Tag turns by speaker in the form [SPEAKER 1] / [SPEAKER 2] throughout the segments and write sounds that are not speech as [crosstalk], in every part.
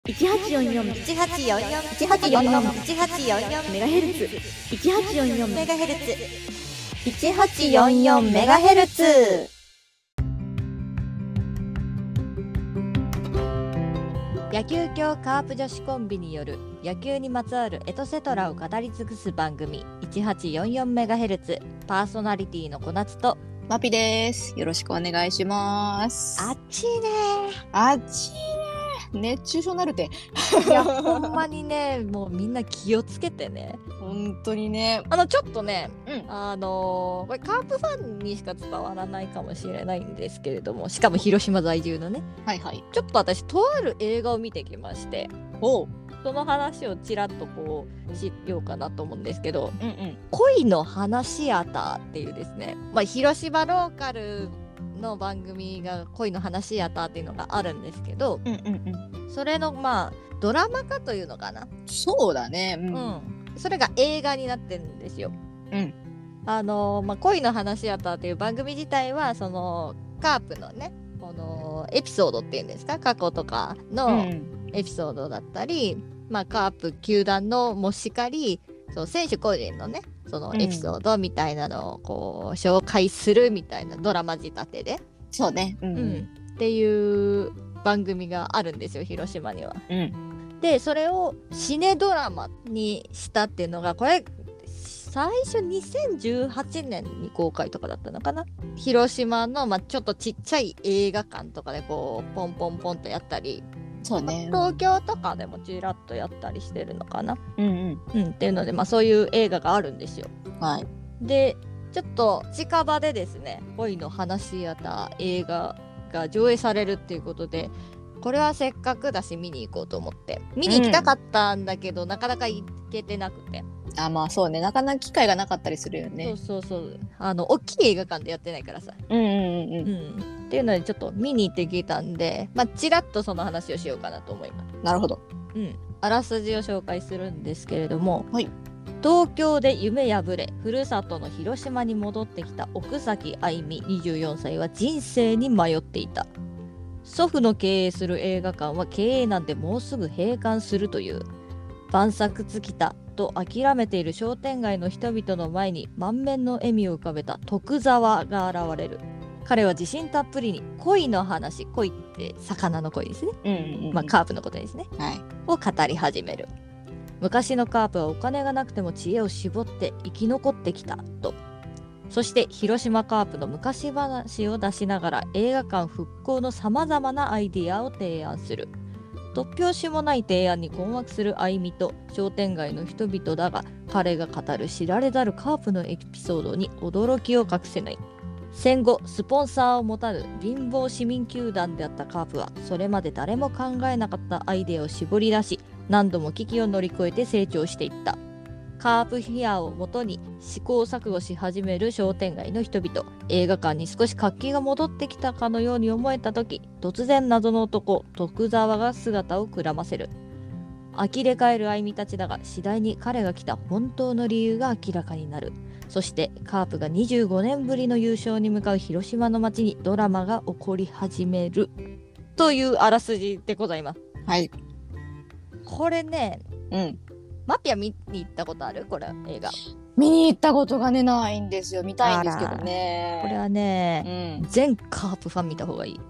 [SPEAKER 1] 一八四四一八四四
[SPEAKER 2] 一八四四一八四四
[SPEAKER 1] メガヘルツ一八四四
[SPEAKER 2] メガヘルツ
[SPEAKER 1] 一八四四メガヘルツ
[SPEAKER 3] 野球協カープ女子コンビによる野球にまつわるエトセトラを語り尽くす番組 1844MHz パーソナリティの小夏と
[SPEAKER 4] マピです。よろしくお願いします。
[SPEAKER 2] あっちいね
[SPEAKER 4] あっちいね。熱中症なるて。
[SPEAKER 3] いやほんまにねもうみんな気をつけてね
[SPEAKER 4] 本当にね。
[SPEAKER 3] あのちょっとね
[SPEAKER 4] うん。
[SPEAKER 3] あのーこれカープファンにしか伝わらないかもしれないんですけれどもしかも広島在住のね
[SPEAKER 4] はいはい。
[SPEAKER 3] ちょっと私とある映画を見てきまして
[SPEAKER 4] おう。
[SPEAKER 3] その話をちらっとこうしようかなと思うんですけど
[SPEAKER 4] うんうん。
[SPEAKER 3] 恋の花シアターっていうですね、まあ、広島ローカルの番組が恋の花シアターっていうのがあるんですけど
[SPEAKER 4] うんうんうん。
[SPEAKER 3] それのまあドラマ化というのかな、
[SPEAKER 4] そうだね。うん。
[SPEAKER 3] うんそれが映画になってるんですよ。
[SPEAKER 4] うん
[SPEAKER 3] あのまあ、恋の花シアターという番組自体はそのカープのねこのエピソードっていうんですか過去とか
[SPEAKER 4] う
[SPEAKER 3] の
[SPEAKER 4] ん
[SPEAKER 3] エピソードだったり、まあ、カープ球団のもしかりそう選手個人のねその
[SPEAKER 4] うん
[SPEAKER 3] エピソードみたいなのをこう紹介するみたいなドラマ仕立てで、
[SPEAKER 4] そうね。う
[SPEAKER 3] うん
[SPEAKER 4] うん。
[SPEAKER 3] っていう番組があるんですよ広島には。
[SPEAKER 4] うん。
[SPEAKER 3] でそれをシネドラマにしたっていうのがこれ最初2018年に公開とかだったのかな広島の、まあ、ちょっとちっちゃい映画館とかでこうポンポンポンとやったり
[SPEAKER 4] そうね。
[SPEAKER 3] 東京とかでもちらっとやったりしてるのかな、
[SPEAKER 4] うん
[SPEAKER 3] うん、っていうので、まあ、そういう映画があるんですよ。
[SPEAKER 4] うん。はい。
[SPEAKER 3] でちょっと近場でですね恋の話やった映画が上映されるっていうことでこれはせっかくだし見に行こうと思って見に行きたかったんだけど、なかなか行けてなくて、
[SPEAKER 4] あ、まあそうね。なかなか機会がなかったりするよ
[SPEAKER 3] そ
[SPEAKER 4] ね
[SPEAKER 3] う。そうそうあの大きい映画館でやってないからさ、
[SPEAKER 4] うんうんうん
[SPEAKER 3] う。ん、っていうのでちょっと見に行ってきたんでまあちらっとその話をしようかなと思います。
[SPEAKER 4] うんなるほど。
[SPEAKER 3] うん、あらすじを紹介するんですけれども、
[SPEAKER 4] はい
[SPEAKER 3] 東京で夢破れふるさとの広島に戻ってきた奥崎愛美24歳は人生に迷っていた祖父の経営する映画館は経営なんてもうすぐ閉館するという晩作尽きたと諦めている商店街の人々の前に満面の笑みを浮かべた徳沢が現れる彼は自信たっぷりに恋の話恋って魚の恋ですね、
[SPEAKER 4] うんうんうん。
[SPEAKER 3] まあ、カープのことですね
[SPEAKER 4] はい。
[SPEAKER 3] を語り始める昔のカープはお金がなくても知恵を絞って生き残ってきたとそして広島カープの昔話を出しながら映画館復興のさまざまなアイディアを提案する突拍子もない提案に困惑するあいみと商店街の人々だが彼が語る知られざるカープのエピソードに驚きを隠せない戦後スポンサーを持たぬ貧乏市民球団であったカープはそれまで誰も考えなかったアイデアを絞り出し何度も危機を乗り越えて成長していったカープヒアをもとに試行錯誤し始める商店街の人々映画館に少し活気が戻ってきたかのように思えた時突然謎の男徳沢が姿をくらませる呆れ返る愛美たちだが次第に彼が来た本当の理由が明らかになるそしてカープが25年ぶりの優勝に向かう広島の街にドラマが起こり始めるというあらすじでございます。
[SPEAKER 4] はい。
[SPEAKER 3] これね、
[SPEAKER 4] うん。
[SPEAKER 3] マピア見に行ったことあるこれ映画。
[SPEAKER 4] 見に行ったことがね、ないんですよ。見たいんですけどね。
[SPEAKER 3] これは
[SPEAKER 4] う
[SPEAKER 3] ね、
[SPEAKER 4] ん。
[SPEAKER 3] 全カープファン見た方がいい。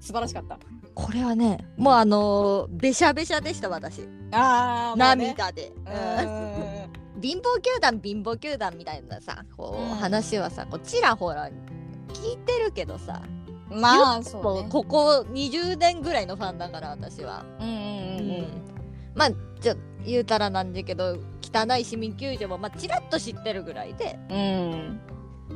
[SPEAKER 4] 素晴らしかった。
[SPEAKER 3] これはね、もうあのーべしゃべしゃでした私。
[SPEAKER 4] ああ、もうね。
[SPEAKER 3] 涙で。うん
[SPEAKER 4] うん。
[SPEAKER 3] 貧乏球団貧乏球団みたいなさこう、
[SPEAKER 4] うん
[SPEAKER 3] 話はさこうちらほら聞いてるけどさ、
[SPEAKER 4] まあそう
[SPEAKER 3] もう
[SPEAKER 4] ね。
[SPEAKER 3] ここ20年ぐらいのファンだから私は。
[SPEAKER 4] うんうんうんうん。
[SPEAKER 3] まあちょ言うたらなんだけど汚い市民球場もまあちらっと知ってるぐらいで
[SPEAKER 4] うん。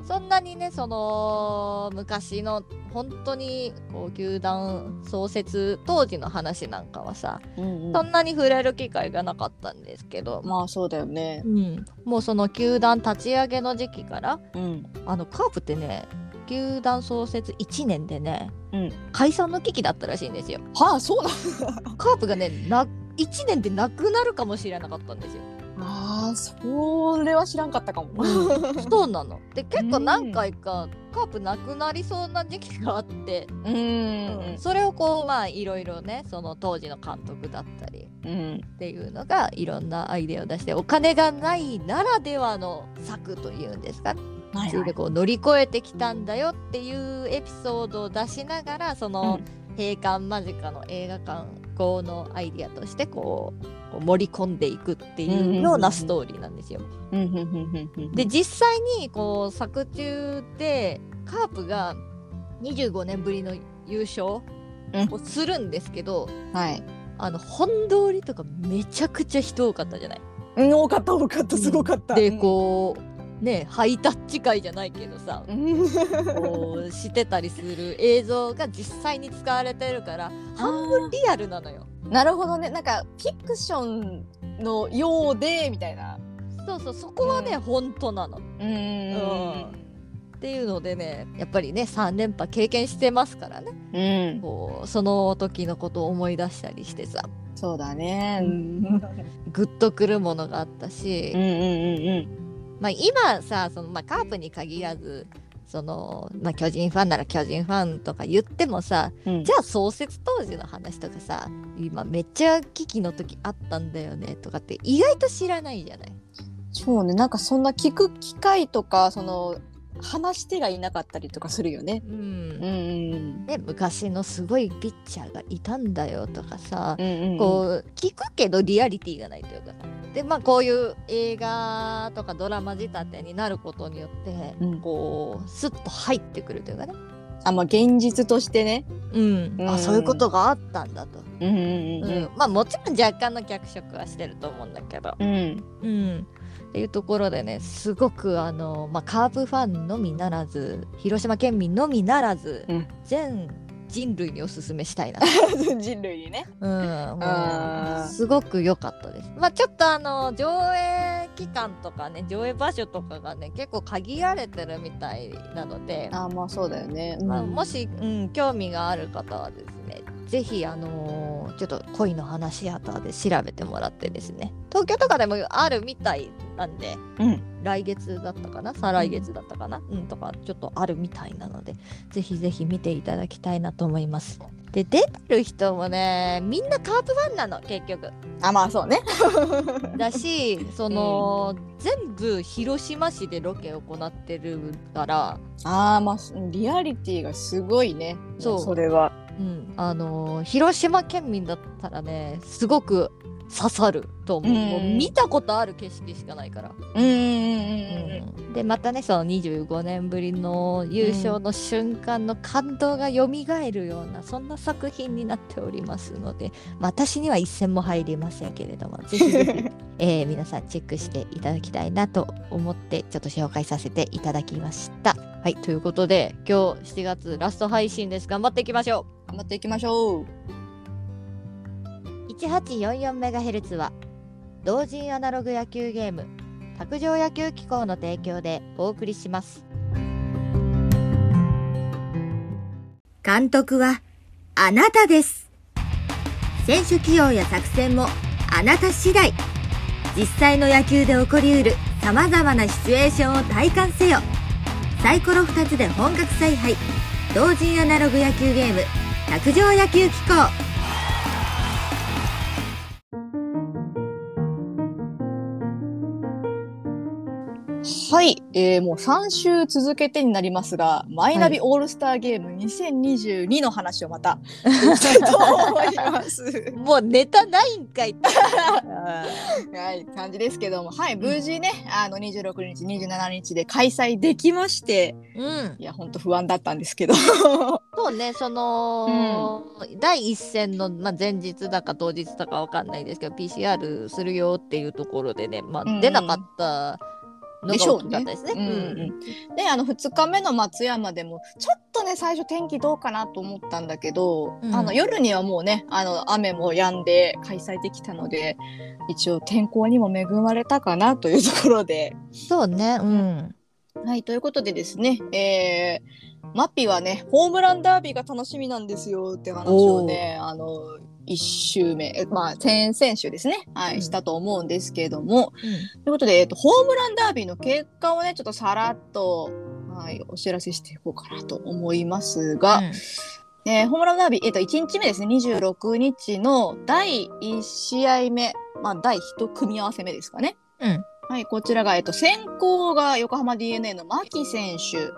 [SPEAKER 3] そんなにねその昔の本当にこう球団創設当時の話なんかはさ、
[SPEAKER 4] うん
[SPEAKER 3] そんなに触れる機会がなかったんですけど、
[SPEAKER 4] まあそうだよね
[SPEAKER 3] う。ん、もうその球団立ち上げの時期から
[SPEAKER 4] うん。
[SPEAKER 3] あのカープってね球団創設1年でね、
[SPEAKER 4] うん
[SPEAKER 3] 解散の危機だったらしいんですよ。
[SPEAKER 4] はあそうな
[SPEAKER 3] カープがねな1年でなくなるかもしれなかったんですよ。
[SPEAKER 4] の。ああ、それは知らんかったかも。 [laughs]
[SPEAKER 3] そうなので結構何回かカープなくなりそうな時期があって、
[SPEAKER 4] うん。うん
[SPEAKER 3] それをこうまあいろいろねその当時の監督だったり
[SPEAKER 4] うん。
[SPEAKER 3] っていうのがいろんなアイデアを出してお金がないならではの策というんですか
[SPEAKER 4] は
[SPEAKER 3] それでこう乗り越えてきたんだよっていうエピソードを出しながらその閉館間近の映画館後のアイディアとしてこうこう盛り込んでいくっていうようなストーリーなんですよ。
[SPEAKER 4] うんうんうんうんうん
[SPEAKER 3] で実際にこう作中でカープが25年ぶりの優勝
[SPEAKER 4] うん
[SPEAKER 3] をするんですけど、
[SPEAKER 4] はい。
[SPEAKER 3] あの本通りとかめちゃくちゃ人多かったじゃない。
[SPEAKER 4] うん、多かった、多かった、すごかった。
[SPEAKER 3] でこうねハイタッチ会じゃないけどさ
[SPEAKER 4] うん。
[SPEAKER 3] こうしてたりする映像が実際に使われてるから半分リアルなのよ。
[SPEAKER 4] なるほどね、なんかフィクションのようでみたいな。
[SPEAKER 3] そうそうそこはね、
[SPEAKER 4] うん
[SPEAKER 3] 本当なの。
[SPEAKER 4] うん
[SPEAKER 3] っていうのでねやっぱりね3連覇経験してますからね
[SPEAKER 4] うん、
[SPEAKER 3] こうその時のことを思い出したりしてさ
[SPEAKER 4] そうだね。
[SPEAKER 3] う
[SPEAKER 4] うんん、
[SPEAKER 3] グッとくるものがあったし
[SPEAKER 4] うん、、うん、
[SPEAKER 3] まあ、今さその、まあ、カープに限らずその、まあ、巨人ファンなら巨人ファンとか言ってもさ
[SPEAKER 4] うん。
[SPEAKER 3] じゃあ創設当時の話とかさ今めっちゃ危機の時あったんだよねとかって意外と知らないじゃない。
[SPEAKER 4] そうね、なんかそんな聞く機会とか、その話してがいなかったりとかするよね。
[SPEAKER 3] うん
[SPEAKER 4] うん、うん、
[SPEAKER 3] ね昔のすごいピッチャーがいたんだよとかさ、
[SPEAKER 4] うん、うん。
[SPEAKER 3] こう聞くけどリアリティがないというかでまあこういう映画とかドラマ仕立てになることによって、
[SPEAKER 4] うん
[SPEAKER 3] こうスッと入ってくるというかね、
[SPEAKER 4] あ、まあ、現実としてね。
[SPEAKER 3] うん
[SPEAKER 4] うん
[SPEAKER 3] あそういうことがあったんだと、
[SPEAKER 4] うん、
[SPEAKER 3] うん
[SPEAKER 4] うん、うん。
[SPEAKER 3] まあもちろん若干の脚色はしてると思うんだけど、
[SPEAKER 4] うん、
[SPEAKER 3] うん、っていうところでねすごくあの、まあ、カープファンのみならず広島県民のみならず、
[SPEAKER 4] うん
[SPEAKER 3] 全人類におすすめしたいな [laughs]
[SPEAKER 4] 人類にね。
[SPEAKER 3] うん、も
[SPEAKER 4] あ
[SPEAKER 3] う
[SPEAKER 4] ー
[SPEAKER 3] すごく良かったです。まあちょっとあの上映期間とかね上映場所とかがね結構限られてるみたいなので、
[SPEAKER 4] あ、まあ、そうだよね。
[SPEAKER 3] まあ、
[SPEAKER 4] うん
[SPEAKER 3] もし、うん、興味がある方はですねぜひあのーちょっと恋の話やターで調べてもらってですね東京とかでもあるみたいなんで、
[SPEAKER 4] うん
[SPEAKER 3] 来月だったかな再来月だったかな、うん、とかちょっとあるみたいなのでぜひぜひ見ていただきたいなと思います。で出てる人もねみんなカープファンなの結
[SPEAKER 4] [laughs]
[SPEAKER 3] 局
[SPEAKER 4] あ、まあ、そうね。
[SPEAKER 3] だしその、全部広島市でロケを行ってるから、
[SPEAKER 4] ああ、まあ、うんリアリティがすごいね。
[SPEAKER 3] そう
[SPEAKER 4] それは。
[SPEAKER 3] うん、あのー広島県民だったらねすごく刺さると思う,、
[SPEAKER 4] うん
[SPEAKER 3] もう見たことある景色しかないから、
[SPEAKER 4] うん、うん、うん、
[SPEAKER 3] うんでまたねその25年ぶりの優勝の瞬間の感動が蘇るような、そんな作品になっておりますので、まあ私には一銭も入りませんけれどもぜひぜひ、えー皆さんチェックしていただきたいなと思ってちょっと紹介させていただきました。はいということで今日7月ラスト配信です頑張っていきましょう
[SPEAKER 4] 頑張っていきましょう。
[SPEAKER 3] 1844MHz は同人アナログ野球ゲーム卓上野球機構の提供でお送りします
[SPEAKER 1] 監督はあなたです選手起用や作戦もあなた次第実際の野球で起こりうる様々なシチュエーションを体感せよサイコロ2つで本格采配同人アナログ野球ゲーム卓上野球機構
[SPEAKER 4] はい、えーもう3週続けてになりますが、マイナビオールスターゲーム2022の話をま [laughs] たしたいと思います。
[SPEAKER 3] もうネタないんかいって
[SPEAKER 4] はい、感じですけども、はい、無事ね、あの26日、27日で開催できまして、
[SPEAKER 3] うん
[SPEAKER 4] いや、本当不安だったんですけど。
[SPEAKER 3] そうねその、第一戦の、まあ、前日だか当日だかわかんないですけど PCR するよっていうところでね、ま
[SPEAKER 4] う
[SPEAKER 3] あ、
[SPEAKER 4] ん
[SPEAKER 3] 出なかったのが
[SPEAKER 4] でしょ
[SPEAKER 3] 大
[SPEAKER 4] う
[SPEAKER 3] きかった
[SPEAKER 4] ね
[SPEAKER 3] ですね。
[SPEAKER 4] うんうんであの2日目の松山でもちょっとね最初天気どうかなと思ったんだけど、
[SPEAKER 3] うん
[SPEAKER 4] あの夜にはもうねあの雨も止んで開催できたので一応天候にも恵まれたかなというところで
[SPEAKER 3] そうね、うん、
[SPEAKER 4] はい、ということでですね、えーマッピーはね、ホームランダービーが楽しみなんですよって話をね、あの、1週目、えまあ、先々週ですね、は
[SPEAKER 3] うん
[SPEAKER 4] い、したと思うんですけども、ということで、えっと、ホームランダービーの結果をね、ちょっとさらっと、はい、お知らせしていこうかなと思いますが、えーホームランダービー、えっと、1日目ですね、26日の第1試合目、まあ、第1組み合わせ目ですかね。
[SPEAKER 3] うん
[SPEAKER 4] はい、こちらが、えっと、先行が横浜 d n a の牧選手、
[SPEAKER 3] うん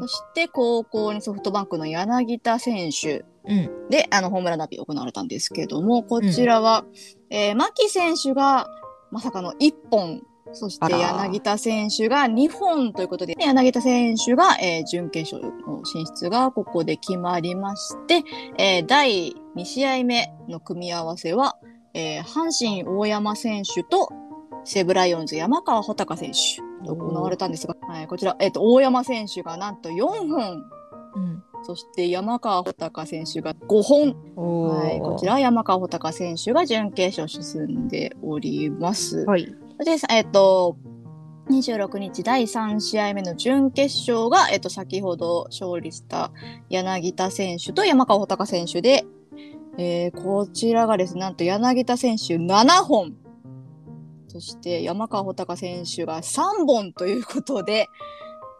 [SPEAKER 4] そして高校にソフトバンクの柳田選手
[SPEAKER 3] うん
[SPEAKER 4] で、あのホームランダービー行われたんですけども、こちらは、えー牧選手がまさかの1本、そし
[SPEAKER 3] あ
[SPEAKER 4] て
[SPEAKER 3] ら
[SPEAKER 4] 柳田選手が2本ということで、で柳田選手が、えー準決勝の進出がここで決まりまして、えー第2試合目の組み合わせは、えー阪神大山選手と西武ライオンズ山川穂高選手と行われたんですが、はい、こちら、えっと大山選手がなんと4本
[SPEAKER 3] うん
[SPEAKER 4] そして山川穂高選手が5本、
[SPEAKER 3] おー
[SPEAKER 4] はい、こちらは山川穂高選手が準決勝進んでおります。
[SPEAKER 3] はい
[SPEAKER 4] で、えっと、26日第3試合目の準決勝が、えっと、先ほど勝利した柳田選手と山川穂高選手で、えーこちらがですね、なんと柳田選手7本、そして山川穂高選手が3本ということで、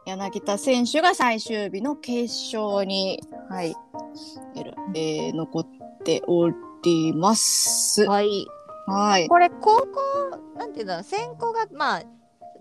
[SPEAKER 4] 柳田選手が最終日の決勝に、はい、えらえー残っております。
[SPEAKER 3] はい
[SPEAKER 4] はい。
[SPEAKER 3] これ高校なんていうんだろう先行がまあ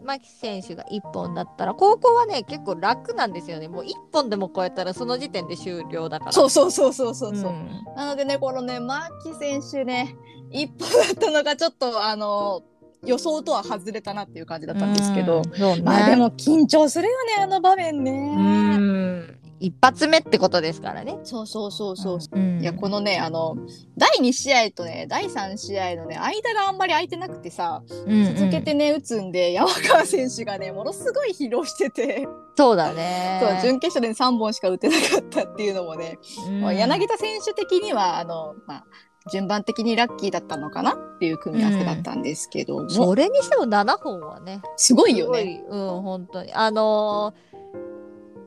[SPEAKER 3] 牧選手が1本だったら高校はね結構楽なんですよねもう1本でも超えたらその時点で終了だから
[SPEAKER 4] そううそうそうそうそうそう。
[SPEAKER 3] ん
[SPEAKER 4] なのでね、このね、マーキ選手ね、一歩だったのがちょっと、あの、予想とは外れたなっていう感じだったんですけど
[SPEAKER 3] う、んそうね
[SPEAKER 4] まあでも緊張するよね、あの場面
[SPEAKER 3] う
[SPEAKER 4] ね。
[SPEAKER 3] ん一発目ってことですからね
[SPEAKER 4] そうそうそうそう。
[SPEAKER 3] うん
[SPEAKER 4] いや、このね、あの、第2試合とね、第3試合のね、間があんまり空いてなくてさ、
[SPEAKER 3] うんうん
[SPEAKER 4] 続けてね、打つんで、山川選手がね、ものすごい疲労してて、
[SPEAKER 3] そうだね
[SPEAKER 4] そう準決勝で3本しか打てなかったっていうのもね、まあ柳田選手的にはあの、まあ、順番的にラッキーだったのかなっていう組み合わせだったんですけども、
[SPEAKER 3] それにしても7本はね
[SPEAKER 4] すごいよね。
[SPEAKER 3] すごいうん本当にあのー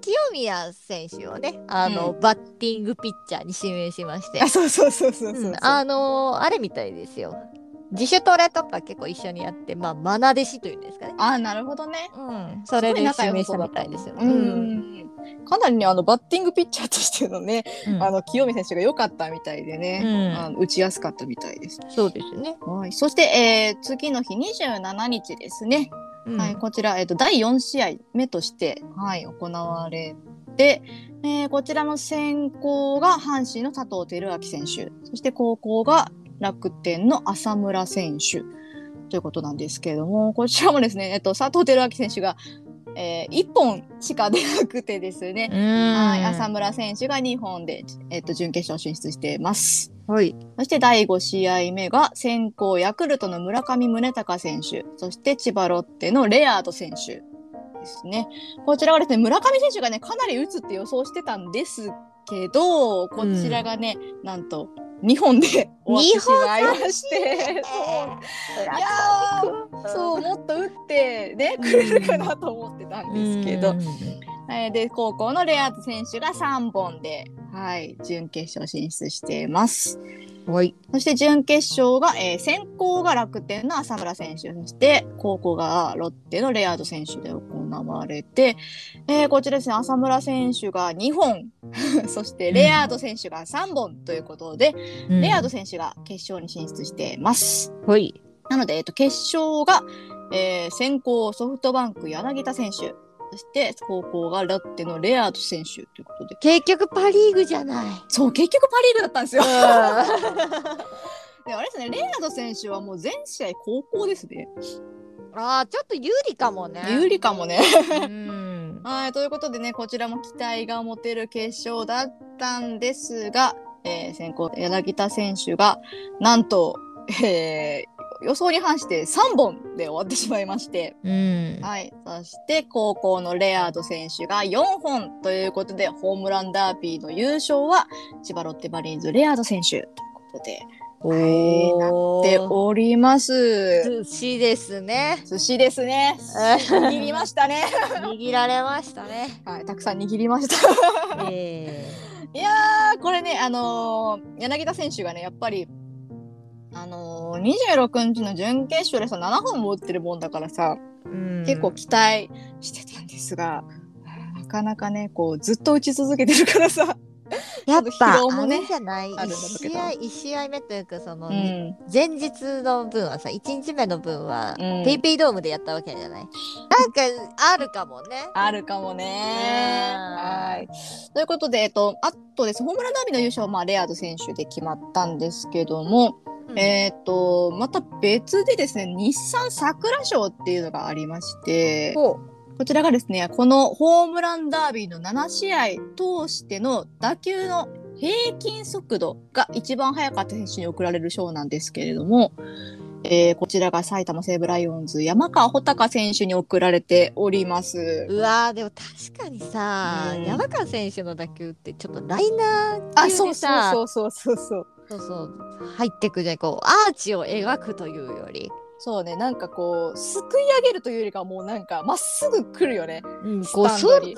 [SPEAKER 3] 清宮選手をねあの、
[SPEAKER 4] う
[SPEAKER 3] バッティングピッチャーに指名しまして
[SPEAKER 4] あそうそうそうそうそうそう
[SPEAKER 3] うんあのーあれみたいですよ自主トレとか結構一緒にやってまあマナ弟子というんですかね
[SPEAKER 4] あなるほどね。
[SPEAKER 3] うんそれで指名したみたいですよ
[SPEAKER 4] うん、かなりねあのバッティングピッチャーとしてのね、
[SPEAKER 3] うん
[SPEAKER 4] あの清宮選手が良かったみたいで
[SPEAKER 3] う
[SPEAKER 4] ね、
[SPEAKER 3] ん
[SPEAKER 4] あの打ちやすかったみたいです。
[SPEAKER 3] そうですね、
[SPEAKER 4] はい、そして、えー次の日27日ですね、
[SPEAKER 3] うん
[SPEAKER 4] はい、こちら、えっと第4試合目として、はい、行われて、えーこちらの先行が阪神の佐藤輝明選手そして後攻が楽天の浅村選手ということなんですけれどもこちらもですね、えっと佐藤輝明選手が、え1本しか出なくてですね、
[SPEAKER 3] うん
[SPEAKER 4] はい、浅村選手が2本で、えっと準決勝進出しています。
[SPEAKER 3] はい
[SPEAKER 4] そして第5試合目が先行ヤクルトの村上宗隆選手、そして千葉ロッテのレアード選手ですね。こちらはですね、村上選手がね、かなり打つって予想してたんですけど、こちらがね、なんと2本で終わってしまいまして。いやーそう、もっと打ってね、くれるかなと思ってたんですけど
[SPEAKER 3] うん、
[SPEAKER 4] えーで、高校のレアード選手が3本で、はい、準決勝進出しています。
[SPEAKER 3] はい
[SPEAKER 4] そして準決勝が、えー先行が楽天の浅村選手、そして後攻がロッテのレアード選手で行われて、えーこちらですね、浅村選手が2本、 [laughs] そしてレアード選手が3本ということで、
[SPEAKER 3] うん
[SPEAKER 4] レアード選手が決勝に進出しています。
[SPEAKER 3] はい
[SPEAKER 4] なので、えっと、決勝が、えー先行ソフトバンク柳田選手、そして後攻がロッテのレアード選手ということで、
[SPEAKER 3] 結局パ・リーグじゃない。 [laughs]
[SPEAKER 4] そう、結局パリーグだったんですよ。
[SPEAKER 3] あ
[SPEAKER 4] [laughs] であれですね、レアード選手はもう全試合高校ですね。
[SPEAKER 3] あちょっと有利かもね。
[SPEAKER 4] 有利かもね。
[SPEAKER 3] うん。
[SPEAKER 4] [laughs] はい、ということでね、こちらも期待が持てる決勝だったんですが、えー先行柳田選手が、なんと、えー予想に反して3本で終わってしまいまして、
[SPEAKER 3] うん。
[SPEAKER 4] はい、そして高校のレアード選手が4本ということで、ホームランダービーの優勝は千葉ロッテマリーンズレアード選手ということで、
[SPEAKER 3] お
[SPEAKER 4] はいなっており [laughs] ます。
[SPEAKER 3] 寿司ですね。
[SPEAKER 4] 寿司です [laughs] ね。握りましたね。
[SPEAKER 3] 握られましたね。
[SPEAKER 4] はい、たくさん握りました。
[SPEAKER 3] え
[SPEAKER 4] いやー、これね、あのー柳田選手がね、やっぱり、あのー、26日の準決勝でさ、7本も打ってるもんだからさ、
[SPEAKER 3] えうん
[SPEAKER 4] 結構期待してたんですが、なかなかね、こう、ずっと打ち続けてるからさ、
[SPEAKER 3] やっ
[SPEAKER 4] ち
[SPEAKER 3] ぱ
[SPEAKER 4] ょっと疲労もね
[SPEAKER 3] あれじゃない
[SPEAKER 4] あるん
[SPEAKER 3] 一
[SPEAKER 4] だろうけ
[SPEAKER 3] 試
[SPEAKER 4] ど
[SPEAKER 3] 合一試合目というかその、
[SPEAKER 4] うん、
[SPEAKER 3] 前日の分はさ一日目の分は、
[SPEAKER 4] うん
[SPEAKER 3] ペイペイドームでやったわけじゃない。なんかあるかもね。
[SPEAKER 4] あるかもね。
[SPEAKER 3] うん
[SPEAKER 4] はい。ということで、えっと、あとです、ホームランダービーの優勝は、まあ、レアード選手で決まったんですけども、えっと、また別でですね、日産桜賞っていうのがありまして、
[SPEAKER 3] ほ
[SPEAKER 4] こちらがですね、このホームランダービーの7試合通しての打球の平均速度が一番速かった選手に贈られる賞なんですけれども、えーこちらが埼玉西武ライオンズ山川穂高選手に贈られております
[SPEAKER 3] う。。うわーでも確かにさ、
[SPEAKER 4] うん
[SPEAKER 3] 山川選手の打球ってちょっとライナー
[SPEAKER 4] あ、
[SPEAKER 3] 級
[SPEAKER 4] そ
[SPEAKER 3] で
[SPEAKER 4] う
[SPEAKER 3] さ
[SPEAKER 4] そうそうそうそうそう。
[SPEAKER 3] そうそう入ってくじゃんこうアーチを描くというより、
[SPEAKER 4] そうね、なんかこう、すくい上げるというよりかはもうなんか、まっすぐ来るよね。
[SPEAKER 3] うん、
[SPEAKER 4] ス
[SPEAKER 3] こう
[SPEAKER 4] タン
[SPEAKER 3] そ
[SPEAKER 4] ド
[SPEAKER 3] 空
[SPEAKER 4] に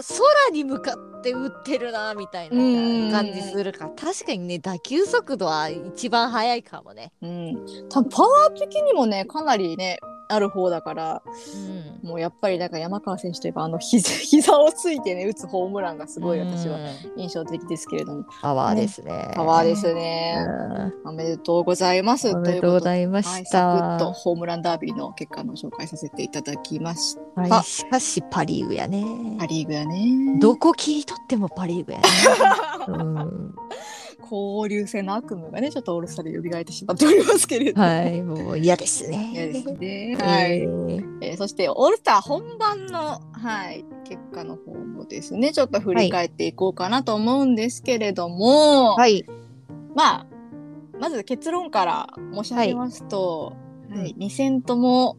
[SPEAKER 3] に向かって打ってるなみたいな
[SPEAKER 4] うんうんうん
[SPEAKER 3] 感じするから確かにね打球速度は一番速いかもね。
[SPEAKER 4] うん。多分パワー的にもね、かなりね、ある方だから、
[SPEAKER 3] うん
[SPEAKER 4] もうやっぱりなんか山川選手といえばあの膝 [laughs] 膝をついてね打つホームランがすごい私は
[SPEAKER 3] うん
[SPEAKER 4] 印象的ですけれども、
[SPEAKER 3] パワーですね。
[SPEAKER 4] パワーです
[SPEAKER 3] う
[SPEAKER 4] ね、
[SPEAKER 3] ん
[SPEAKER 4] おめでとうございます
[SPEAKER 3] おめでとうござ
[SPEAKER 4] い
[SPEAKER 3] いま
[SPEAKER 4] とい
[SPEAKER 3] し
[SPEAKER 4] うことで
[SPEAKER 3] た。
[SPEAKER 4] はい、サクッとホームランダービーの結果の紹介させていただきました
[SPEAKER 3] はい、しかしパ・リーグやね。
[SPEAKER 4] パ・リーグやね
[SPEAKER 3] どこ切り取ってもパ・リーグや [laughs] ね。うん、
[SPEAKER 4] 交流戦の悪夢がねちょっとオールスターで蘇ってしまっておりますけれども、
[SPEAKER 3] はい、もう嫌ですね。
[SPEAKER 4] 嫌ですねはい、
[SPEAKER 3] えー
[SPEAKER 4] えーそしてオールスター本番の、はい、結果の方もですねちょっと振り返っていこうかなと思うんですけれども、
[SPEAKER 3] はい、
[SPEAKER 4] まあまず結論から申し上げますと、
[SPEAKER 3] はい
[SPEAKER 4] はい2戦とも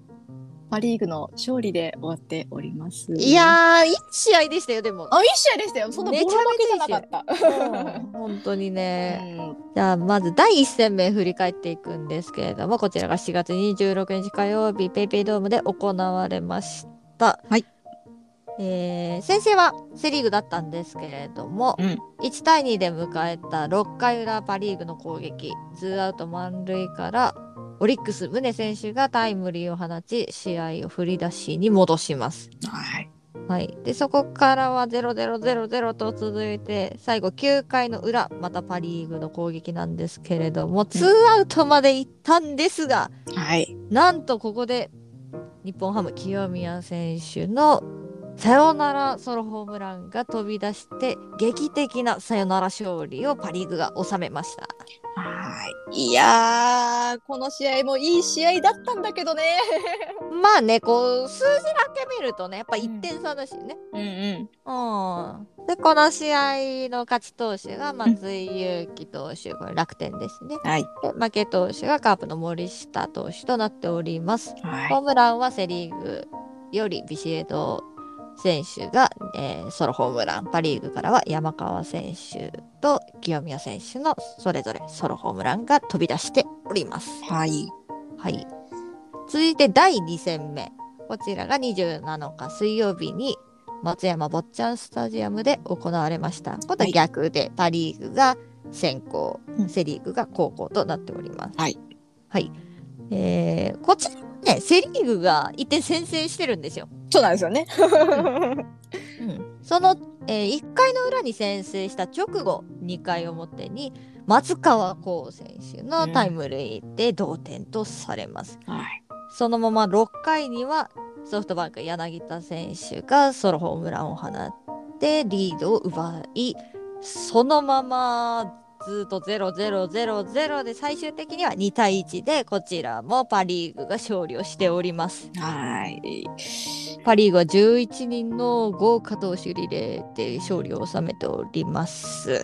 [SPEAKER 4] パ・リーグの勝利で終わっております。
[SPEAKER 3] いやー、いい試合でしたよ、で [laughs] も。
[SPEAKER 4] あいい試合でしたよそんなボロ負けじゃなかった。
[SPEAKER 3] うん本当にね。
[SPEAKER 4] うん
[SPEAKER 3] じゃあまず第1戦目振り返っていくんですけれどもこちらが4月26日火曜日 PayPay ドームで行われました。
[SPEAKER 4] はい
[SPEAKER 3] えー先制はセ・リーグだったんですけれども、
[SPEAKER 4] うん
[SPEAKER 3] 1対2で迎えた6回裏パ・リーグの攻撃ツーアウト満塁からオリックス宗選手がタイムリーを放ち試合を振り出しに戻します。
[SPEAKER 4] はい
[SPEAKER 3] はい、でそこからは0-0-0-0と続いて最後9回の裏またパ・リーグの攻撃なんですけれどもツーアウトまで行ったんですが
[SPEAKER 4] はい
[SPEAKER 3] なんとここで日本ハム清宮選手のサヨナラソロホームランが飛び出して劇的なサヨナラ勝利をパ・リーグが収めました。
[SPEAKER 4] はいいやーこの試合もいい試合だったんだけどね。
[SPEAKER 3] まあねこう数字だけ見るとねやっぱ1点差だしね。
[SPEAKER 4] うんうん
[SPEAKER 3] うん、でこの試合の勝ち投手が
[SPEAKER 4] ん
[SPEAKER 3] 松井裕樹投手これ楽天ですね
[SPEAKER 4] はい
[SPEAKER 3] で負け投手がカープの森下投手となっておりますホ
[SPEAKER 4] は
[SPEAKER 3] ームランはセ・リーグよりビシエド選手が、えーソロホームランパ・リーグからは山川選手と清宮選手のそれぞれソロホームランが飛び出しております
[SPEAKER 4] いはい
[SPEAKER 3] はい。続いて第2戦目。こちらが27日水曜日に松山坊ちゃんスタジアムで行われました。今度は逆でパ・リーグが先行、
[SPEAKER 4] うん
[SPEAKER 3] セ・リーグが後攻となっております。
[SPEAKER 4] はい。
[SPEAKER 3] はい。えー、こちらもね、セ・リーグが1点先制してるんですよ。
[SPEAKER 4] そうなんですよ [laughs] ね。
[SPEAKER 3] その、え1回の裏に先制した直後2回表に松川幸選手のタイムリーで同点とされます。
[SPEAKER 4] はい
[SPEAKER 3] そのまま6回にはソフトバンク柳田選手がソロホームランを放ってリードを奪いそのままずっと0-0-0-0で最終的には2対1でこちらもパ・リーグが勝利をしております。
[SPEAKER 4] はい
[SPEAKER 3] パ・リーグは11人の豪華投手リレーで勝利を収めております。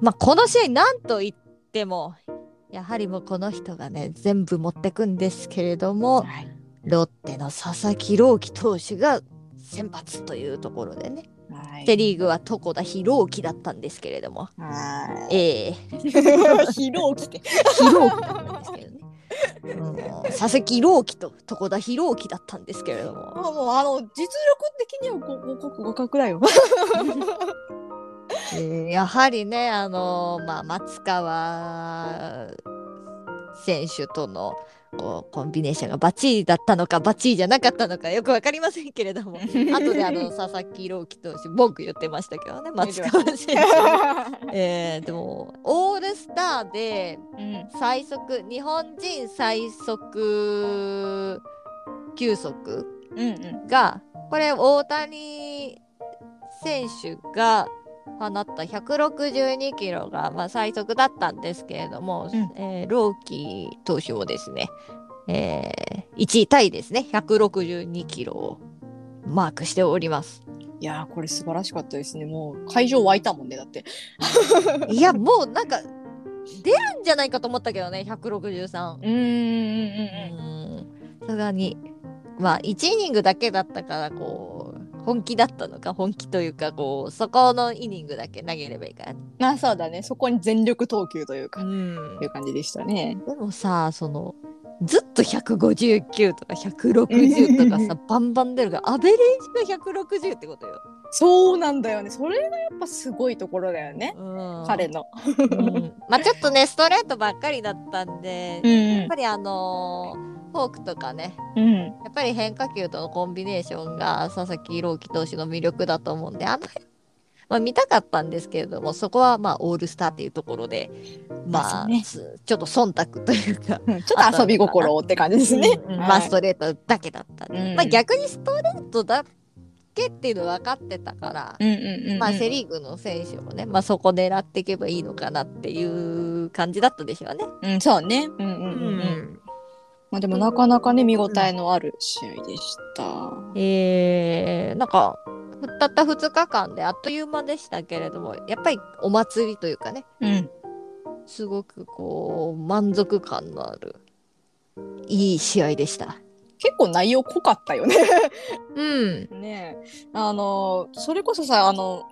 [SPEAKER 3] まあ、この試合、なんといっても、やはりもうこの人がね、全部持ってくんですけれども、
[SPEAKER 4] はい
[SPEAKER 3] ロッテの佐々木朗希投手が先発というところでね、
[SPEAKER 4] はい
[SPEAKER 3] セ・リーグは床田博之だったんですけれども、
[SPEAKER 4] は
[SPEAKER 3] ええ
[SPEAKER 4] [laughs] い。ひろきて。
[SPEAKER 3] 広木だったんですけどね。うん佐々木朗希と床田博之だったんですけれど
[SPEAKER 4] あ
[SPEAKER 3] も
[SPEAKER 4] もうあの実力的にはごごご互
[SPEAKER 3] [laughs]
[SPEAKER 4] 角だよ。
[SPEAKER 3] えーやはりねあのまあ松川選手とのこうコンビネーションがバッチリだったのかバッチリじゃなかったのかよくわかりませんけれど [laughs] も後であの佐々木朗希投手文句言ってましたけどね松川選手。えー、でもオールスターで
[SPEAKER 4] うん。
[SPEAKER 3] 最速日本人最速球速
[SPEAKER 4] うんうん。
[SPEAKER 3] がこれ大谷選手が放った162キロが、まあ、最速だったんですけれども、
[SPEAKER 4] うん
[SPEAKER 3] えーローキー投手もですね、え1位タイですね162キロをマークしており
[SPEAKER 4] [laughs]
[SPEAKER 3] ます。
[SPEAKER 4] いやーこれ素晴らしかったですね。もう会場沸いたもんねだって。
[SPEAKER 3] いやもうなんか出るんじゃないかと思ったけどね163。
[SPEAKER 4] うんう
[SPEAKER 3] う
[SPEAKER 4] ん
[SPEAKER 3] んさすがにまあ1イニングだけだったからこう本気だったのか本気というかこうそこのイニングだけ投げればいいから
[SPEAKER 4] うん。まあそうだね。そこに全力投球というか、
[SPEAKER 3] ん
[SPEAKER 4] いう感じでしたね。
[SPEAKER 3] でもさそのずっと159とか160とか
[SPEAKER 4] [laughs]
[SPEAKER 3] さバンバン出るからアベレージが160ってことよ。
[SPEAKER 4] そうなんだよね。それがやっぱすごいところだよね。
[SPEAKER 3] うん
[SPEAKER 4] 彼の。
[SPEAKER 3] うんまあちょっとねストレートばっかりだったんで、やっ
[SPEAKER 4] ん
[SPEAKER 3] ぱりあのーフォークとかね
[SPEAKER 4] うん。
[SPEAKER 3] やっぱり変化球とのコンビネーションが佐々木朗希投手の魅力だと思うんで、あの辺、 [laughs] まあ、見たかったんですけれども、そこはまあオールスターっていうところで、まあ、
[SPEAKER 4] で
[SPEAKER 3] つちょっと忖度というか、
[SPEAKER 4] うんちょっと遊び心って感じですね。
[SPEAKER 3] うん
[SPEAKER 4] は
[SPEAKER 3] [laughs]
[SPEAKER 4] い
[SPEAKER 3] まあストレートだけだったんで、
[SPEAKER 4] うん
[SPEAKER 3] まあ逆にストレートだけっていうの分かってたから、
[SPEAKER 4] うんうんうん。
[SPEAKER 3] まあセリーグの選手もね、まあそこ狙っていけばいいのかなっていう感じだったでしょうね。
[SPEAKER 4] うん、そうね。うんうんうんうん。まあでもなかなかね、見応えのある試合でした。
[SPEAKER 3] えー、なんかふたった2日間であっという間でしたけれどもやっぱりお祭りというかね
[SPEAKER 4] うん。
[SPEAKER 3] すごくこう満足感のあるいい試合でした。
[SPEAKER 4] 結構内容濃かったよね。
[SPEAKER 3] うん、
[SPEAKER 4] [laughs] ねえあの、それこそさ、あの、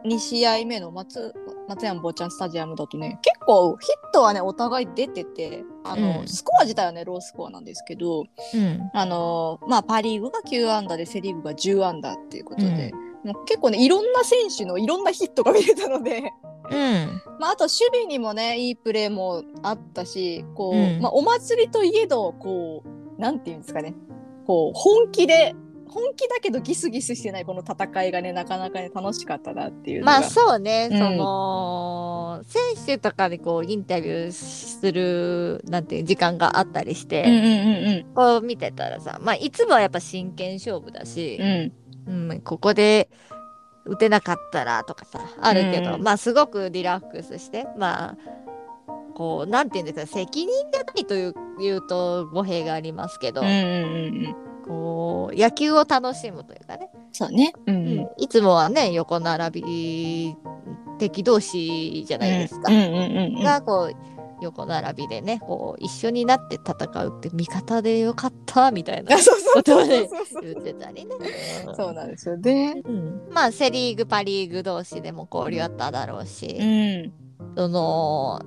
[SPEAKER 4] うん、2試合目の松、松山坊ちゃんスタジアムだとね、結構ヒットはね、お互い出てて、あの、
[SPEAKER 3] うん
[SPEAKER 4] スコア自体はね、ロースコアなんですけど、
[SPEAKER 3] うん、
[SPEAKER 4] あのまあ、パ・リーグが9アンダーでセ・リーグが10アンダーっていうことで、もう結構ねいろんな選手のいろんなヒットが見れたので、
[SPEAKER 3] うん、
[SPEAKER 4] まあ、あと守備にもねいいプレーもあったしこう、
[SPEAKER 3] うん
[SPEAKER 4] まあ、お祭りといえどこうなんていうんですかねこう本気で本気だけどギスギスしてないこの戦いがねなかなかね楽しかったなっていうのが
[SPEAKER 3] まあそうね、
[SPEAKER 4] うん
[SPEAKER 3] その選手とかでこうインタビューするなんていう時間があったりし
[SPEAKER 4] うんう
[SPEAKER 3] て、
[SPEAKER 4] んうん
[SPEAKER 3] こう見てたらさ、まあ、いつもはやっぱ真剣勝負だし、
[SPEAKER 4] うんうん
[SPEAKER 3] うん、ここで打てなかったらとかさあるけど、
[SPEAKER 4] うん
[SPEAKER 3] まあすごくリラックスしてまあこうなんていうんですか責任がないという言うと語弊がありますけど、
[SPEAKER 4] うんうんうん
[SPEAKER 3] こう野球を楽しむというかね、
[SPEAKER 4] そうねうん
[SPEAKER 3] う
[SPEAKER 4] うんん
[SPEAKER 3] いつもはね横並び敵同士じゃないですか。
[SPEAKER 4] うんうんうんうん
[SPEAKER 3] がこう横並びでねこう一緒になって戦うって味方でよかったみたいな
[SPEAKER 4] あそうそうそうそうそう
[SPEAKER 3] 言ってたりね。うん
[SPEAKER 4] [laughs] そうなんですよね
[SPEAKER 3] まあセ・リーグパ・リーグ同士でも交流あっただろうし、
[SPEAKER 4] ん
[SPEAKER 3] その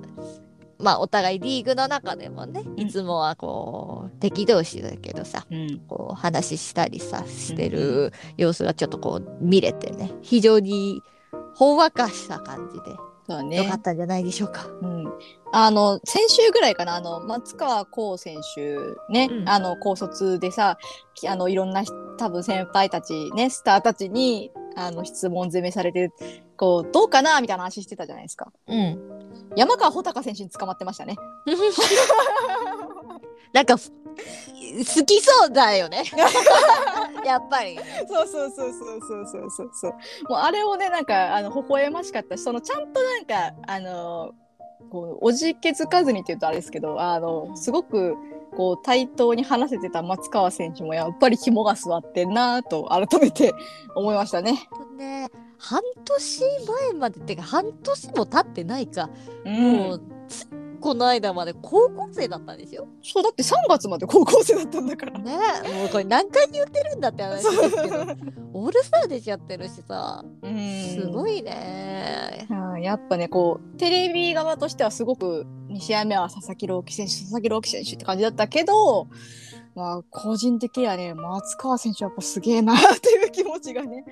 [SPEAKER 3] まあお互いリーグの中でもね
[SPEAKER 4] ん
[SPEAKER 3] いつもはこう敵同士だけどさ
[SPEAKER 4] うん
[SPEAKER 3] こう話ししたりさしてる様子がちょっとこう見れてね非常にほんわかした感じ
[SPEAKER 4] そう
[SPEAKER 3] でよ
[SPEAKER 4] ね
[SPEAKER 3] かったんじゃないでしょうか。
[SPEAKER 4] うん、あの先週ぐらいかなあの松川幸選手ね、
[SPEAKER 3] うん
[SPEAKER 4] あの高卒でさきあのいろんなひ多分先輩たちねスターたちにあの質問攻めされてこうどうかなみたいな話してたじゃないですか
[SPEAKER 3] うん、
[SPEAKER 4] 山川穂高選手に捕まってましたね
[SPEAKER 3] [laughs] なんかふ好きそうだよね [laughs] やっぱりね。
[SPEAKER 4] そうそうそうそうそうそうそうそうもうあれをねなんかあの微笑ましかったしそのちゃんとなんかあのこうおじけづかずにっていうとあれですけどあのすごくこう対等に話せてた松川選手もやっぱり肝が据わってんなぁと改めて [laughs] 思いましたね。
[SPEAKER 3] ね半年前までってか半年も経ってないか、
[SPEAKER 4] う
[SPEAKER 3] も
[SPEAKER 4] ん、
[SPEAKER 3] うつこの間まで高校生だったんですよ。
[SPEAKER 4] そうだって3月まで高校生だったんだから
[SPEAKER 3] ねえもうこれ何回言ってるんだって話ですけど
[SPEAKER 4] [laughs]
[SPEAKER 3] オールスターでやってるしさすご
[SPEAKER 4] い
[SPEAKER 3] いね
[SPEAKER 4] やっぱねこうテレビ側としてはすごく2試合目は佐々木朗希選手佐々木朗希選手って感じだったけどまあ個人的にはね松川選手はやっぱすげえなっていう気持ちがね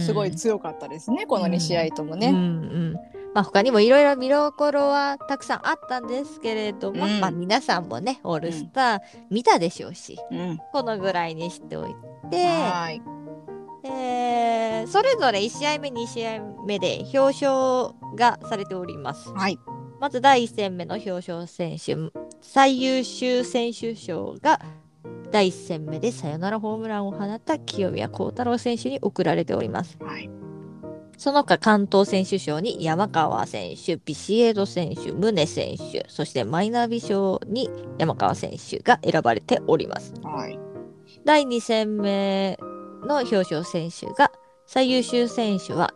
[SPEAKER 4] すごい強かったですねこの2試合ともね。
[SPEAKER 3] うんうんまあ、他にもいろいろ見どころはたくさんあったんですけれども、
[SPEAKER 4] うん
[SPEAKER 3] まあ、皆さんもねオールスター見たでしょうし、
[SPEAKER 4] うん
[SPEAKER 3] このぐらいにしておいて、
[SPEAKER 4] はい
[SPEAKER 3] えーそれぞれ1試合目2試合目で表彰がされております。
[SPEAKER 4] はい
[SPEAKER 3] まず第1戦目の表彰選手最優秀選手賞が第1戦目でサヨナラホームランを放った清宮幸太郎選手に贈られております
[SPEAKER 4] はい
[SPEAKER 3] その他関東選手賞に山川選手ビシエド選手宗選手そしてマイナビ賞に山川選手が選ばれております
[SPEAKER 4] はい
[SPEAKER 3] 第2戦目の表彰選手が最優秀選手は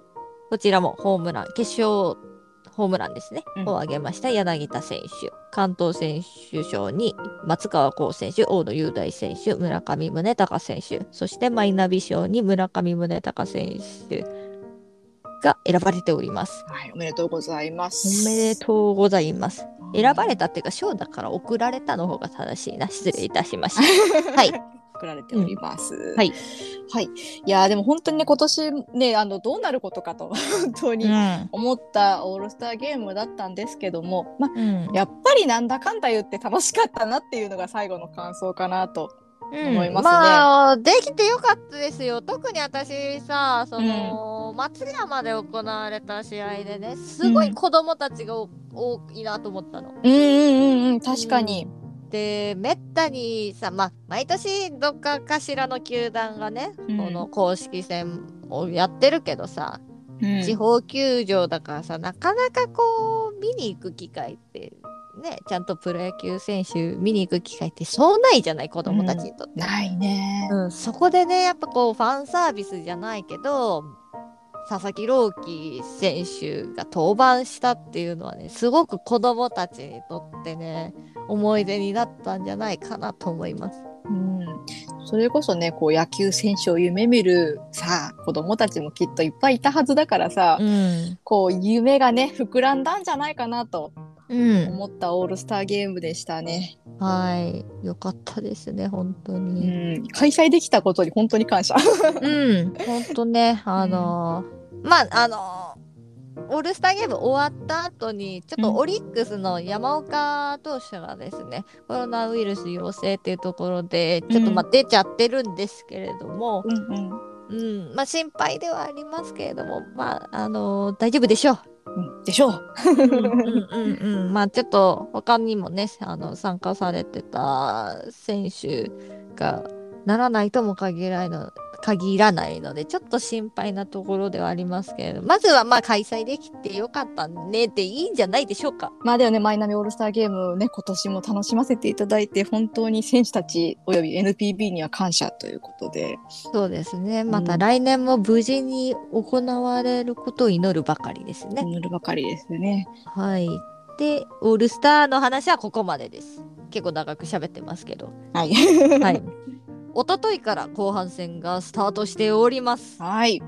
[SPEAKER 3] こちらもホームラン決勝ホームランですね、
[SPEAKER 4] うん
[SPEAKER 3] を挙げました柳田選手関東選手賞に松川幸選手大野雄大選手村上宗隆選手そしてマイナビ賞に村上宗隆選手が選ばれております
[SPEAKER 4] はいおめでとうございます。
[SPEAKER 3] おめでとうございます選ばれた
[SPEAKER 4] た
[SPEAKER 3] っていうか賞だから贈られたの方が正しいな失礼いたしま
[SPEAKER 4] [laughs]
[SPEAKER 3] したはい
[SPEAKER 4] 作られております。
[SPEAKER 3] はい、
[SPEAKER 4] はい、いやーでも本当にね今年ねあのどうなることかと本当に思ったオールスターゲームだったんですけども、まあ、
[SPEAKER 3] うん
[SPEAKER 4] やっぱりなんだかんだ言って楽しかったなっていうのが最後の感想かなと。思いますね
[SPEAKER 3] まあできてよかったですよ特に私さその、松山で行われた試合でねすご
[SPEAKER 4] う
[SPEAKER 3] い
[SPEAKER 4] ん
[SPEAKER 3] 子供たちが多多いなと思ったの。
[SPEAKER 4] うんうんうんうん確かに。
[SPEAKER 3] でめったにさ、まあ、毎年どっかかしらの球団がね、
[SPEAKER 4] うん
[SPEAKER 3] この公式戦をやってるけどさ、
[SPEAKER 4] うん
[SPEAKER 3] 地方球場だからさなかなかこう見に行く機会って。ね、ちゃんとプロ野球選手見に行く機会ってそうないじゃない子供たちにとって、
[SPEAKER 4] ないね。
[SPEAKER 3] うん、そこでねやっぱこうファンサービスじゃないけど佐々木朗希選手が登板したっていうのはねすごく子供たちにとってね思い出になったんじゃないかなと思います。
[SPEAKER 4] うんそれこそねこう野球選手を夢見るさ子供たちもきっといっぱいいたはずだからさ、
[SPEAKER 3] うん、
[SPEAKER 4] こう夢がね膨らんだんじゃないかなと
[SPEAKER 3] うん、
[SPEAKER 4] 思ったオールスターゲームでしたね。
[SPEAKER 3] はいよかったですね本当
[SPEAKER 4] う
[SPEAKER 3] に。
[SPEAKER 4] ん、開催できたことに本当に感謝。
[SPEAKER 3] うん、本当ねあのーまああのーオールスターゲーム終わった後にちょっと
[SPEAKER 4] うん
[SPEAKER 3] オリックスの山岡投手がですね、コロナウイルス陽性っていうところでちょっとまあ出ちゃってるんですけれども、
[SPEAKER 4] うんうん、
[SPEAKER 3] うんまあ、心配ではありますけれどもまああのー大丈夫でしょう。
[SPEAKER 4] うんでしょ [laughs] う。
[SPEAKER 3] うんうんうんうんまあちょっと他にもねあの参加されてた選手がならないとも限らないの限らないのでちょっと心配なところではありますけれどまずはまあ開催できてよかったねっていいんじゃないでしょうか。
[SPEAKER 4] まあではね、マイナビオールスターゲームね、今年も楽しませていただいて、本当に選手たちおよび NPB には感謝ということで。
[SPEAKER 3] そうですねま
[SPEAKER 4] う
[SPEAKER 3] た
[SPEAKER 4] ん
[SPEAKER 3] 来年も無事に行われることを祈るばかりですね。
[SPEAKER 4] 塗るばかりですね。
[SPEAKER 3] はいでオールスターの話はここまでです。結構長く喋ってますけど。
[SPEAKER 4] はい。
[SPEAKER 3] [laughs] はい。一昨日から後半戦がスタートしております。
[SPEAKER 4] [laughs] はい。い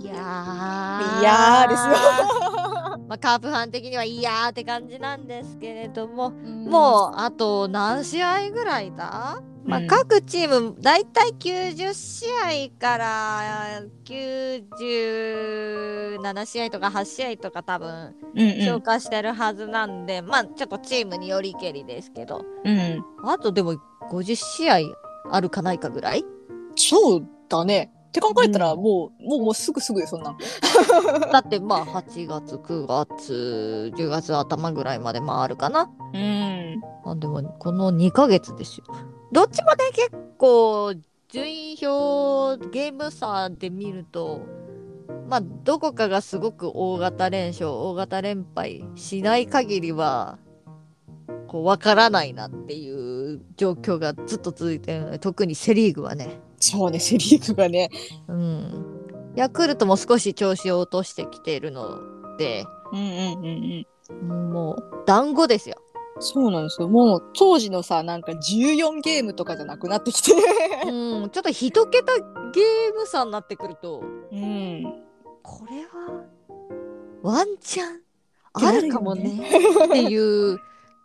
[SPEAKER 3] いやー。
[SPEAKER 4] やーですよ。
[SPEAKER 3] [laughs] まあ、カープファン的にはいやーって感じなんですけれども、
[SPEAKER 4] も
[SPEAKER 3] もうあと何試合ぐらいだ、
[SPEAKER 4] うん
[SPEAKER 3] まあ、各チームだいたい90試合から97試合とか8試合とか多分
[SPEAKER 4] う、うん
[SPEAKER 3] 消化してるはずなんで、まあちょっとチームによりけりですけど、
[SPEAKER 4] うん、うん。
[SPEAKER 3] あとでも50試合あるかないかぐらい
[SPEAKER 4] そうだね。って考えたら、もう、もう、もうすぐすぐよ、そんな。
[SPEAKER 3] だってまあ8月9月10月頭ぐらいまで回るかな
[SPEAKER 4] うん。
[SPEAKER 3] あでもこの2ヶ月ですよどっちもね結構順位表ゲーム差で見るとまあどこかがすごく大型連勝大型連敗しない限りはこう分からないなっていう状況がずっと続いてるので特にセ・リーグはね
[SPEAKER 4] そうね、セリーグがね。
[SPEAKER 3] うんヤクルトも少し調子を落としてきているので
[SPEAKER 4] うんうんうんうん。
[SPEAKER 3] もう団子ですよ。
[SPEAKER 4] そうなんですよ。もう当時のさ、なんか14ゲームとかじゃなくなってき
[SPEAKER 3] [laughs]
[SPEAKER 4] て。
[SPEAKER 3] うん、ちょっと一桁ゲーム差になってくると、
[SPEAKER 4] うん。
[SPEAKER 3] これはワンチャンあるかもねっていう。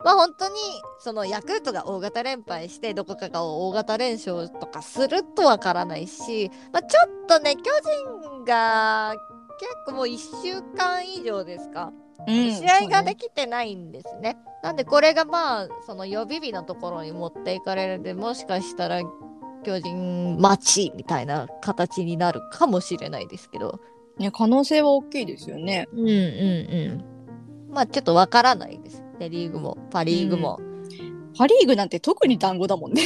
[SPEAKER 3] まあ本当にそのヤクルトが大型連敗してどこかが大型連勝とかするとわからないし、まあ、ちょっとね巨人が結構もう1週間以上ですか
[SPEAKER 4] うん
[SPEAKER 3] 試合ができてないんですね。なんでこれがまあその予備日のところに持っていかれるんでもしかしたら巨人待ちみたいな形になるかもしれないですけど。
[SPEAKER 4] ね、可能性は大きいですよね。
[SPEAKER 3] うんうんうん。まあちょっとわからないです。セ・リーグもパ・リーグも。
[SPEAKER 4] パ・リーグなんて特に団子だもんね。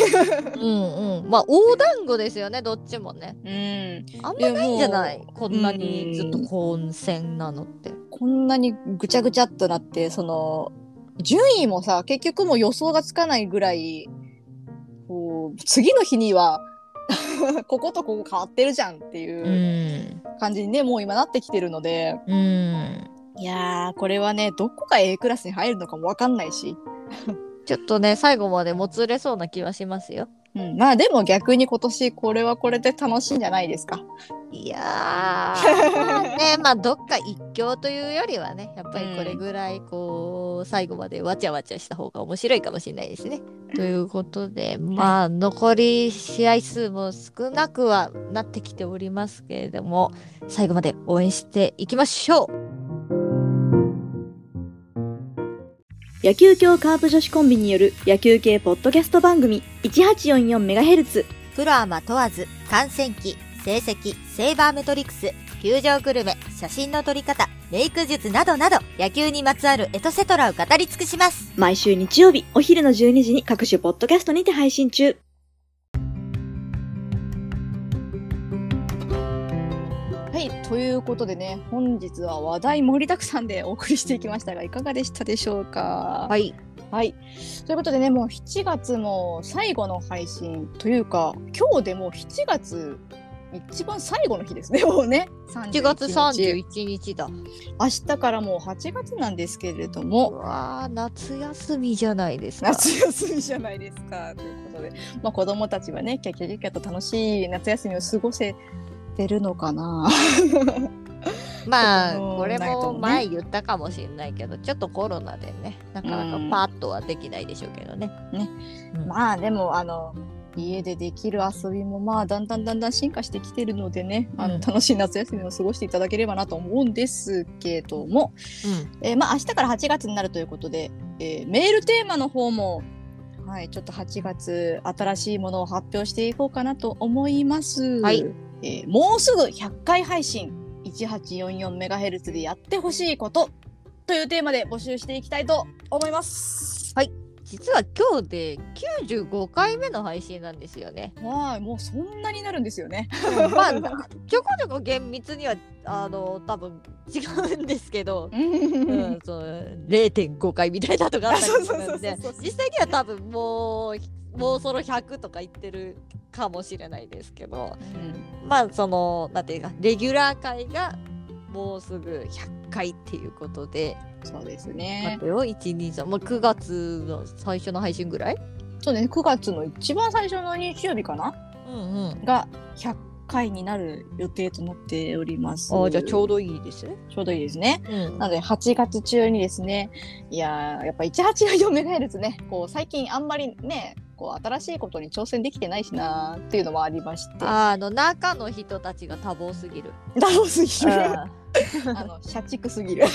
[SPEAKER 3] うん、うん、まあ大団子ですよねどっちもね。
[SPEAKER 4] うん。
[SPEAKER 3] あんまないんじゃない
[SPEAKER 4] いや
[SPEAKER 3] こんなにずっと混戦なのって。
[SPEAKER 4] こんなにぐちゃぐちゃっとなって、その、順位もさ、結局もう予想がつかないぐらい、こう、次の日には、 [laughs] こことここ変わってるじゃんっていう感じにね、もう今なってきてるので、
[SPEAKER 3] うん。うん
[SPEAKER 4] いやー、これはね、どこが A クラスに入るのかもわかんないし、
[SPEAKER 3] ちょっとね最後までもつれそうな気はしますよ。
[SPEAKER 4] うん、まあでも逆に今年これはこれで楽しいんじゃないですか。
[SPEAKER 3] い
[SPEAKER 1] [laughs]
[SPEAKER 3] やーまあねまあどっか一強というよりはねやっぱりこれぐらいこう、最後までわちゃわちゃした方が面白いかもしれないですね。ということでまあ残り試合数も少なくはなってきておりますけれども最後まで応援していきましょう
[SPEAKER 2] 野球協カープ女子コンビによる野球系ポッドキャスト番組 1844MHz
[SPEAKER 1] プロアマ問わず観戦記成績セーバーメトリクス球場グルメ写真の撮り方メイク術などなど野球にまつわるエトセトラを語り尽くします
[SPEAKER 2] 毎週日曜日お昼の12時に各種ポッドキャストにて配信中
[SPEAKER 4] はい、ということでね、本日は話題盛りだくさんでお送りしていきましたが、いかがでしたでしょうか。
[SPEAKER 3] はい
[SPEAKER 4] はい、ということでね、もう7月も最後の配信というか、今日でもう7月一番最後の日ですね、もうね。
[SPEAKER 3] 1月31日だ。
[SPEAKER 4] 明日からもう8月なんですけれど
[SPEAKER 3] う
[SPEAKER 4] も、
[SPEAKER 3] わー夏休みじゃないですか。
[SPEAKER 4] 夏休みじゃないですか。ということで、まあ、子供たちはね、キャキャキャキャと楽しい夏休みを過ごせてるのかな。
[SPEAKER 3] まあ
[SPEAKER 4] ちょっと
[SPEAKER 3] これ
[SPEAKER 4] ないと
[SPEAKER 3] も
[SPEAKER 4] 思うね
[SPEAKER 3] 前言ったかもしれないけどちょっとコロナでねなか
[SPEAKER 4] うん
[SPEAKER 3] なかパッとはできないでしょうけどね。
[SPEAKER 4] ね
[SPEAKER 3] うん
[SPEAKER 4] まあでもあの家でできる遊びもまあだんだんだんだん進化してきてるのでね、あ
[SPEAKER 3] う
[SPEAKER 4] の
[SPEAKER 3] ん
[SPEAKER 4] 楽しい夏休みを過ごしていただければなと思うんですけども、えーまあ明日から8月になるということで、えーメールテーマの方も、はい、ちょっと8月新しいものを発表していこうかなと思います。
[SPEAKER 3] はい
[SPEAKER 4] えーもうすぐ100回配信 1844MHz でやってほしいことというテーマで募集していきたいと思います。。
[SPEAKER 3] 実は今日で95回目の配信なんですよね
[SPEAKER 4] [laughs] はい、もうそんなになるんですよね。
[SPEAKER 3] まあちょこちょこ厳密にはあの多分違うんですけど。う
[SPEAKER 4] うん
[SPEAKER 3] ん、その0.5回みたいなとかあったりす
[SPEAKER 4] [laughs] そうそ
[SPEAKER 3] る
[SPEAKER 4] うんそう
[SPEAKER 3] で
[SPEAKER 4] そうそう
[SPEAKER 3] 実際には多分もうもうその100とか言ってるかもしれないですけど。まあそのなんていうかレギュラー会がもうすぐ100回っていうことで
[SPEAKER 4] そうです
[SPEAKER 3] 待
[SPEAKER 4] ね
[SPEAKER 3] っ。てよ123もう9月の最初の配信ぐらい
[SPEAKER 4] そうね、9月の一番最初の日曜日かな
[SPEAKER 3] うんうん
[SPEAKER 4] が100回になる予定となっております。
[SPEAKER 3] ああじゃあちょ
[SPEAKER 4] う
[SPEAKER 3] うどいいですね、
[SPEAKER 4] ちょうどいいですね。
[SPEAKER 3] うん
[SPEAKER 4] なので8月中にですね、いやーやっぱ1844メガヘルツね、こう最近あんまりね、こう新しいことに挑戦できてないしなーっていうのもありまして、
[SPEAKER 3] あの中の人たちが多忙すぎる。
[SPEAKER 4] ダウす
[SPEAKER 3] [laughs]
[SPEAKER 4] ぎる。
[SPEAKER 3] あ
[SPEAKER 4] あの社畜すぎる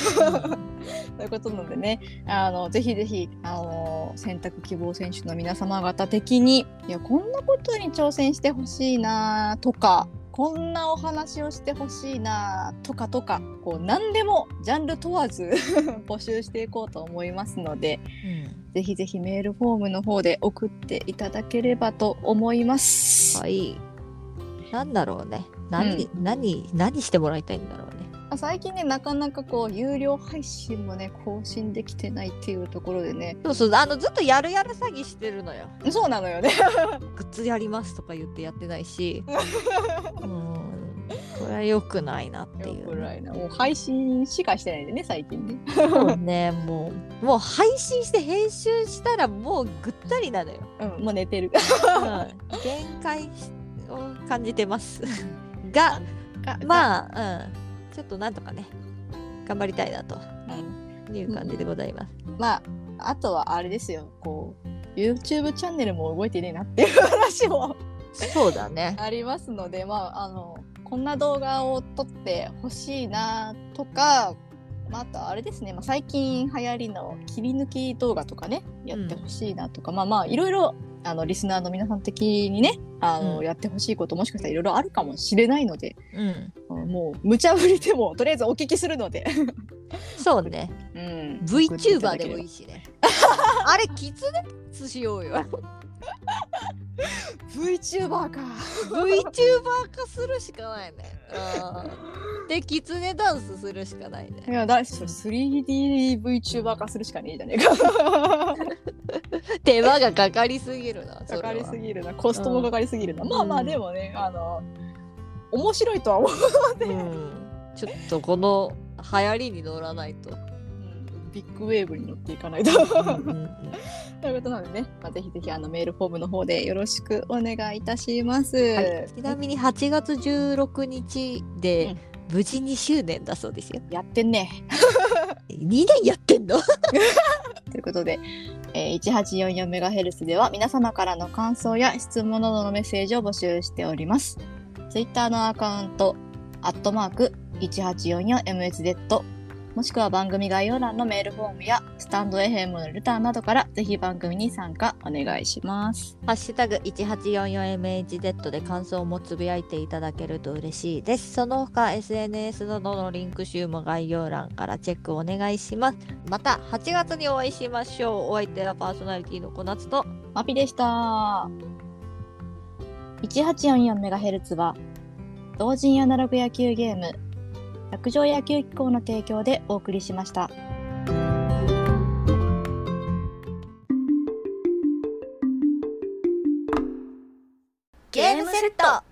[SPEAKER 4] ということなのでねあのぜひぜひあの選択希望選手の皆様方的にいやこんなことに挑戦してほしいなとかこんなお話をしてほしいなとかとかこう何でもジャンル問わず [laughs] 募集していこうと思いますのでぜひぜひメールフォームの方で送っていただければと思います。
[SPEAKER 3] はい。なんだろうね。何、何何してもらいたいんだろうね。
[SPEAKER 4] まあ最近ねなかなかこう有料配信もね更新できてないっていうところでね
[SPEAKER 3] そうそうあのずっとやるやる詐欺してるのよ。
[SPEAKER 4] そうなのよね。
[SPEAKER 3] [laughs] グッズやりますとか言ってやってないし。うんこれは良くないなってい
[SPEAKER 4] ぐ
[SPEAKER 3] う
[SPEAKER 4] らいな。もう配信しかしてないんでね、最近ね。
[SPEAKER 3] そうねもうもう配信して編集したらもうぐったりなのよ、
[SPEAKER 4] うん、もう寝てる。
[SPEAKER 3] うん限界を感じてます [laughs] が
[SPEAKER 4] あ、
[SPEAKER 3] まあ、うん、ちょっとなんとかね、頑張りたいなと
[SPEAKER 4] うん
[SPEAKER 3] いう感じでございます。
[SPEAKER 4] まあ、あとはあれですよ、こう、YouTube チャンネルも動いてねえなっていう話も
[SPEAKER 3] そうだね。
[SPEAKER 4] ありますので、まあ、あの、こんな動画を撮ってほしいなとか、まあ、あとあれですね、まあ、最近流行りの切り抜き動画とかね、やってほしいなとか、まあまあ、いろいろ、あの、リスナーの皆さん的にね、あの、
[SPEAKER 3] うん
[SPEAKER 4] やってほしいこともしかしたらいろいろあるかもしれないので、
[SPEAKER 3] うん、
[SPEAKER 4] もう無茶ぶりでもとりあえずお聞きするので、
[SPEAKER 3] そうね。
[SPEAKER 4] うん、
[SPEAKER 3] VTuber でもいいしね。あれ、 [laughs] キツネツしようよ。
[SPEAKER 4] VTuber か
[SPEAKER 3] VTuber 化するしかないね。うんで、キツネダンスするしかない
[SPEAKER 4] い
[SPEAKER 3] ね。
[SPEAKER 4] やだそれ 3DVTuber 化するしかねえじゃねえか
[SPEAKER 3] 手間がかかりすぎるな、そ
[SPEAKER 4] か
[SPEAKER 3] れ
[SPEAKER 4] か
[SPEAKER 3] は。
[SPEAKER 4] りすぎるなコストもかかりすぎるな、
[SPEAKER 3] うん
[SPEAKER 4] まあまあでもねあの面白いとは思う、
[SPEAKER 3] うんちょっとこの流行りに乗らないと。
[SPEAKER 4] ビッグウェーブに乗っていかないとということなのでね、まあ、ぜひぜひあのメールフォームの方でよろしくお願いいたします、
[SPEAKER 3] はい、ちなみに8月16日で無事2周年だそうですよ。
[SPEAKER 4] やってんね
[SPEAKER 3] 2年やってんの
[SPEAKER 4] ということで、えー、1844MHz では皆様からの感想や質問などのメッセージを募集しております。Twitter のアカウント、アットマーク 1844MHz、もしくは番組概要欄のメールフォームやスタンド FM のレターなどからぜひ番組に参加お願いします。
[SPEAKER 3] ハッシュタグ 1844MHz で感想もつぶやいていただけると嬉しいです。その他 SNS などのリンク集も概要欄からチェックお願いします。また8月にお会いしましょう。お相手はパーソナリティの小夏と
[SPEAKER 4] マピでした。1844MHz は同人アナログ野球ゲーム、卓上野球機構の提供でお送りしました。
[SPEAKER 1] ゲームセット